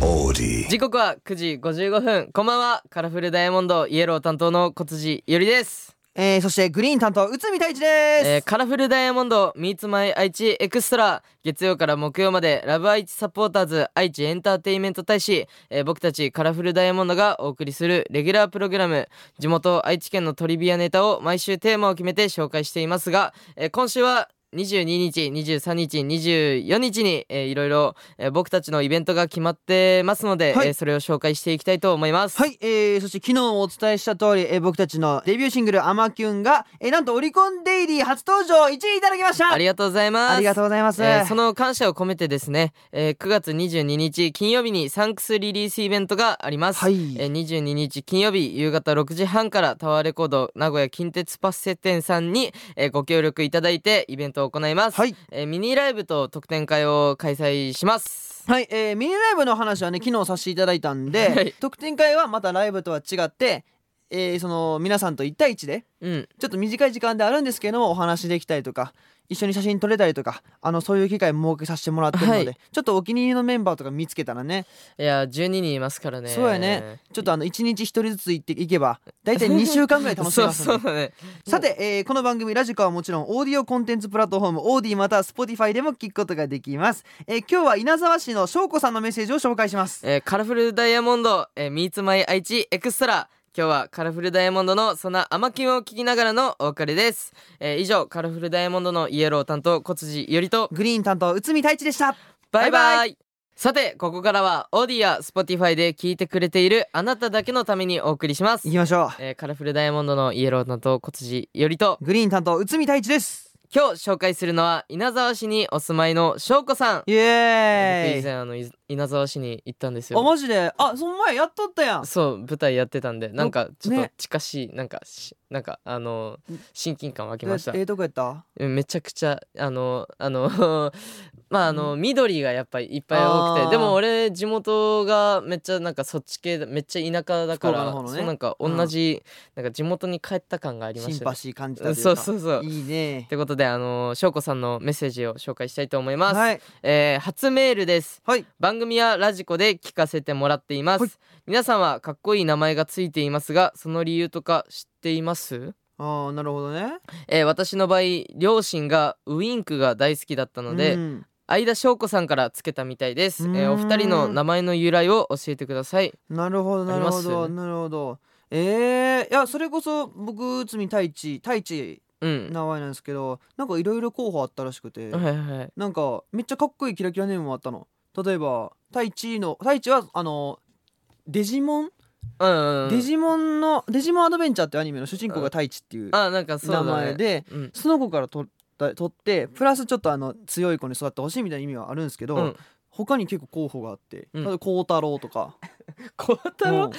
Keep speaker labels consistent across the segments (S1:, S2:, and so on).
S1: body.
S2: 時刻は9時55分こんばんはカラフルダイヤモンドイエロー担当の小辻よりです、
S3: えー、そしてグリーン担当内海太一です、
S2: えーカラフルダイヤモンド Meets My 愛知エクストラ月曜から木曜までラブ愛知サポーターズ愛知エンターテインメント大使、えー僕たちカラフルダイヤモンドがお送りするレギュラープログラム地元愛知県のトリビアネタを毎週テーマを決めて紹介していますが、えー今週は22日、23日、24日に、えーいろいろ、えー僕たちのイベントが決まってますので、
S3: はい
S2: えーそれを紹介していきたいと思います。
S3: はい、えー、そして昨日もお伝えした通り、えー、僕たちのデビューシングル「アマキュンが」えー、なんとオリコンデイリー初登場1位いただきました
S2: ありがとうございます。
S3: ありがとうございます、
S2: えーその感謝を込めてですね、えー9月22日金曜日にサンクスリリースイベントがあります、
S3: はい
S2: えー22日金曜日夕方6時半からタワーレコード名古屋近鉄パッセ店さんに、えーご協力いただいてイベントを行います、
S3: はい
S2: えーミニライブと特典会を開催します
S3: はい、えー、ミニライブの話はね昨日させていただいたんで、
S2: はい
S3: 特典会はまたライブとは違って、えー、その皆さんと1対1で
S2: うん
S3: ちょっと短い時間であるんですけどもお話できたりとか一緒に写真撮れたりとかあのそういう機会設けさせてもらってるので、
S2: はい
S3: ちょっとお気に入りのメンバーとか見つけたらね
S2: いや12人いますからね
S3: そうやねちょっとあの1日1人ずつ行っていけば大体2週間ぐらい楽しめ
S2: そ
S3: ま
S2: う
S3: す
S2: そ
S3: の
S2: う
S3: で
S2: だね
S3: さて、えーこの番組ラジカはもちろんオーディオコンテンツプラットフォームオーディまたは Spotify でも聞くことができます、えー今日は稲沢市の翔子さんのメッセージを紹介します
S2: えーカラフルダイヤモンド、えー、Meets My 愛知エクストラ今日はカラフルダイヤモンドのそんな甘きんを聞きながらのお別れです、えー以上カラフルダイヤモンドのイエロー担当小辻よりと
S3: グリーン担当内海太一でした
S2: バイバイ
S3: バイバ
S2: さてここからはオーディや Spotify で聞いてくれているあなただけのためにお送りします
S3: 行きましょ
S2: えーカラフルダイヤモンドのイエロー担当小辻よりと
S3: うグリーン担当内海太一です
S2: 今日紹介するのは稲沢市にお住まいの翔子さん、
S3: イ
S2: 僕
S3: エ
S2: 以
S3: ーイ
S2: 前あのい稲沢市に行ったんですよ
S3: あマジであその前やっとったやん
S2: そう舞台やってたんでなんかちょっと
S3: ね
S2: 近しい、なんかしなんかあのー親近感湧き
S3: え
S2: ました
S3: ええとこやった
S2: めちゃくちゃあの あのまああの緑がやっぱりいっぱい多く
S3: あー
S2: てでも俺地元がめっちゃなんかそっち系だめっちゃ田舎だから
S3: 福岡の方のね
S2: そうなんか同じ、なんか地元に帰った感がありま
S3: シン
S2: した
S3: パ
S2: ね
S3: シー感じた
S2: う
S3: とい
S2: ん
S3: うか
S2: そうそうそう
S3: いいね
S2: ってことであの翔子さんのメッセージを紹介したいと思います、
S3: はい
S2: えー初メールです
S3: はい
S2: 番組やラジコで聞かせてもらっています、
S3: はい
S2: 皆さんはかっこいい名前がついていますがその理由とか知っています、
S3: ああなるほどね
S2: えー私の場合両親がウインクが大好きだったので、
S3: うん
S2: 相田翔子さんからつけたみたいです、えーお
S3: うーん
S2: 二人の名前の由来を教えてください
S3: なるほどなるほ
S2: あ
S3: ど
S2: り
S3: なるほどえー、いやそれこそ僕内海太一太一
S2: うん
S3: 名前なんですけどなんかいろいろ候補あったらしくて
S2: はいはいはい
S3: なんかめっちゃかっこいいキラキラネームもあったの例えば太一の太一はあのデジモン、
S2: うん、うん、
S3: デジモンのデジモンアドベンチャーってアニメの主人公が太一っていう
S2: あなんかそうだ
S3: 名
S2: ね
S3: 前で
S2: うん
S3: その子から取った取ってプラスちょっとあの強い子に育ってほしいみたいな意味はあるんですけど、
S2: うん
S3: 他に結構候補があって、
S2: うん
S3: 例えば孝太郎とか
S2: 孝太
S3: うん
S2: 郎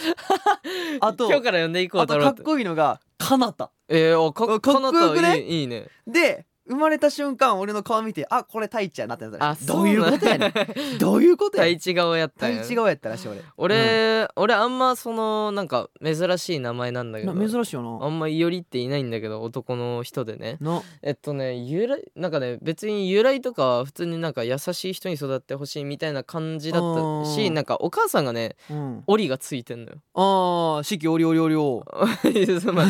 S3: あと
S2: 今日から呼んでいこう
S3: あ
S2: 太
S3: と
S2: 郎
S3: か
S2: っ
S3: ってこいいのがかなた
S2: えー、おか
S3: かっこよ
S2: かな
S3: くね
S2: たいいいいね
S3: で生まれた瞬間俺の顔見てあこれ太一やなってなった
S2: あ
S3: らどういうこ とやねんどういうことや
S2: 第
S3: ねん
S2: 一顔やったん
S3: 太
S2: や
S3: 一顔やったらしい俺
S2: 俺、俺あんまそのなんか珍しい名前なんだけど
S3: な珍しいよ
S2: あんまいよりっていないんだけど男の人でね
S3: なな
S2: えっとね由来なんかね別に由来とかは普通になんか優しい人に育ってほしいみたいな感じだった
S3: う
S2: し
S3: ん
S2: なんかお母さんがね
S3: うん
S2: 檻がついてんのよ
S3: ああ四季折々折々
S2: そうま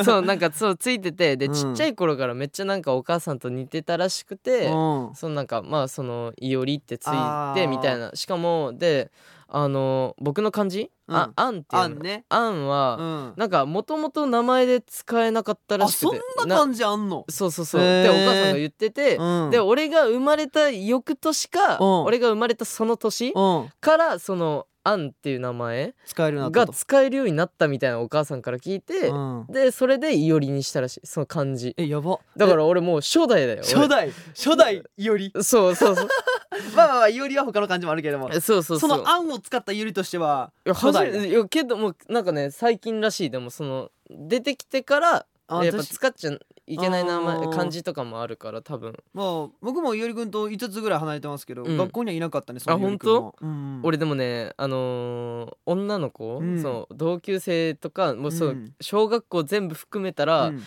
S2: あ そうなんかそうついててで
S3: うん
S2: ちっちゃい頃からめっちゃなんかお母さんと似てたらしくて、
S3: うん
S2: そのなんかまあその「いおり」ってつい
S3: あ
S2: て
S3: ー
S2: みたいなしかもであの僕の漢字「あ
S3: うん
S2: あん」っていうの
S3: あんね
S2: あん
S3: う
S2: は、
S3: ん
S2: なんかもともと名前で使えなかったら
S3: あ
S2: しく
S3: そ
S2: て
S3: んな感じあんの
S2: そうそうそう、
S3: へ
S2: で
S3: ー
S2: お母さんが言ってて、
S3: うん
S2: で俺が生まれた翌年か、
S3: うん
S2: 俺が生まれたその年
S3: うん
S2: からその「あん」っていう名前
S3: 使えるようにな
S2: が
S3: ったと
S2: 使えるようになったみたいなお母さんから聞いて、
S3: うん
S2: でそれで「いおり」にしたらしいその漢字
S3: えやば
S2: だから俺もう初代だよ俺
S3: 初代初代いおり
S2: そうそう そう
S3: まあまあまあいおりは他の感じもあるけれども
S2: そうそうそう
S3: その案を使ったいおりとしてはい
S2: や初め
S3: 初代
S2: いやけどもうなんかね最近らしいでもその出てきてから
S3: あ
S2: やっぱ
S3: 私
S2: 使っちゃいけない名
S3: あ
S2: 前
S3: ー
S2: 漢字とかもあるから多分
S3: まあ僕もいおりくんと5つぐらい離れてますけど、
S2: うん
S3: 学校にはいなかったねそのいおりくんはうんうん
S2: 俺でもねあのー女の子、
S3: うん
S2: その同級生とかもうそう、
S3: うん
S2: 小学校全部含めたら、
S3: うん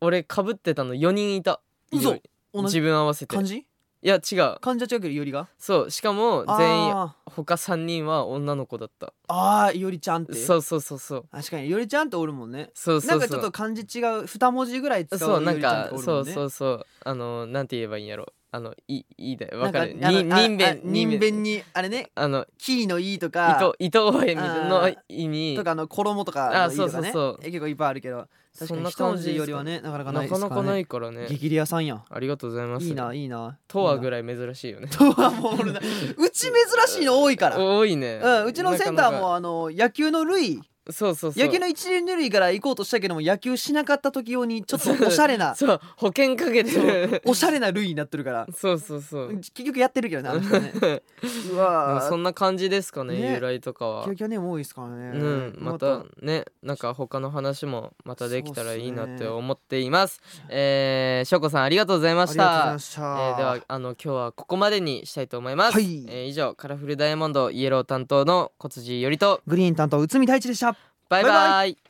S2: 俺かぶってたの4人いた
S3: 嘘同
S2: 自
S3: じ
S2: 分合わせて
S3: 漢字
S2: いや違う
S3: 患者違うけどいおりが
S2: そうしかも全員
S3: あ
S2: 他3人は女の子だった
S3: ーあーいおりちゃんって
S2: そうそうそうそう
S3: 確かにいおりちゃんっておるもんね
S2: そう
S3: な
S2: そ
S3: ん
S2: う
S3: かちょっ
S2: そ
S3: と漢字違う二文字ぐらい
S2: う
S3: 使う
S2: そうなんか
S3: いおりちゃん
S2: そ
S3: とおるもん
S2: う
S3: ね
S2: そうそうあのなんて言えばいいんやろあのいいいだよ
S3: な
S2: わ
S3: んか
S2: か
S3: あ
S2: るに
S3: のあ
S2: 人
S3: あ
S2: 弁
S3: 人弁にあれね
S2: あの
S3: キーの「い」と
S2: 伊
S3: か
S2: 藤伊藤園みたいなの意味
S3: とかあの衣とか
S2: あ
S3: の「い」
S2: ーそ
S3: と
S2: う
S3: か
S2: そう
S3: ね
S2: そう
S3: え結構いっぱいあるけど
S2: そ
S3: 確か
S2: ん
S3: に
S2: な
S3: 一文
S2: 感じ
S3: 字
S2: で
S3: よ
S2: す
S3: り
S2: か
S3: はねなかなかな
S2: ない
S3: で
S2: か
S3: す
S2: な
S3: から
S2: か
S3: ね
S2: ないからね
S3: 激レアさんやん
S2: ありがとうございます
S3: いいないいな
S2: とはぐ
S3: らい
S2: らい珍しいよね
S3: とはもう俺なうち珍しいの多いから
S2: 多いね
S3: うん、うちのセンタ
S2: な
S3: ー
S2: かなか
S3: もあの野球の類
S2: そうそうそう
S3: 野球の一連類から行こうとしたけども野球しなかった時用にちょっとおしゃれな
S2: そう保険かけてる
S3: おしゃれな類になってるから
S2: そうそうそう
S3: 結局やってるけどねあの人ねうわ
S2: そんな感じですかね
S3: ね
S2: 由来とかは
S3: キャキャねもう多いですからね
S2: うん、またねなんか他の話もまたできたらいいなって思っていますえー、しょうこさんありがとうございまし
S3: ありがとうございま
S2: た
S3: した、
S2: えー、ではあの今日はここまでにしたいと思います、
S3: はい
S2: えー以上カラフルダイヤモンドイエロー担当の小辻よりと
S3: グリーン担当内海太一でした
S2: バイバ
S3: バイ
S2: イ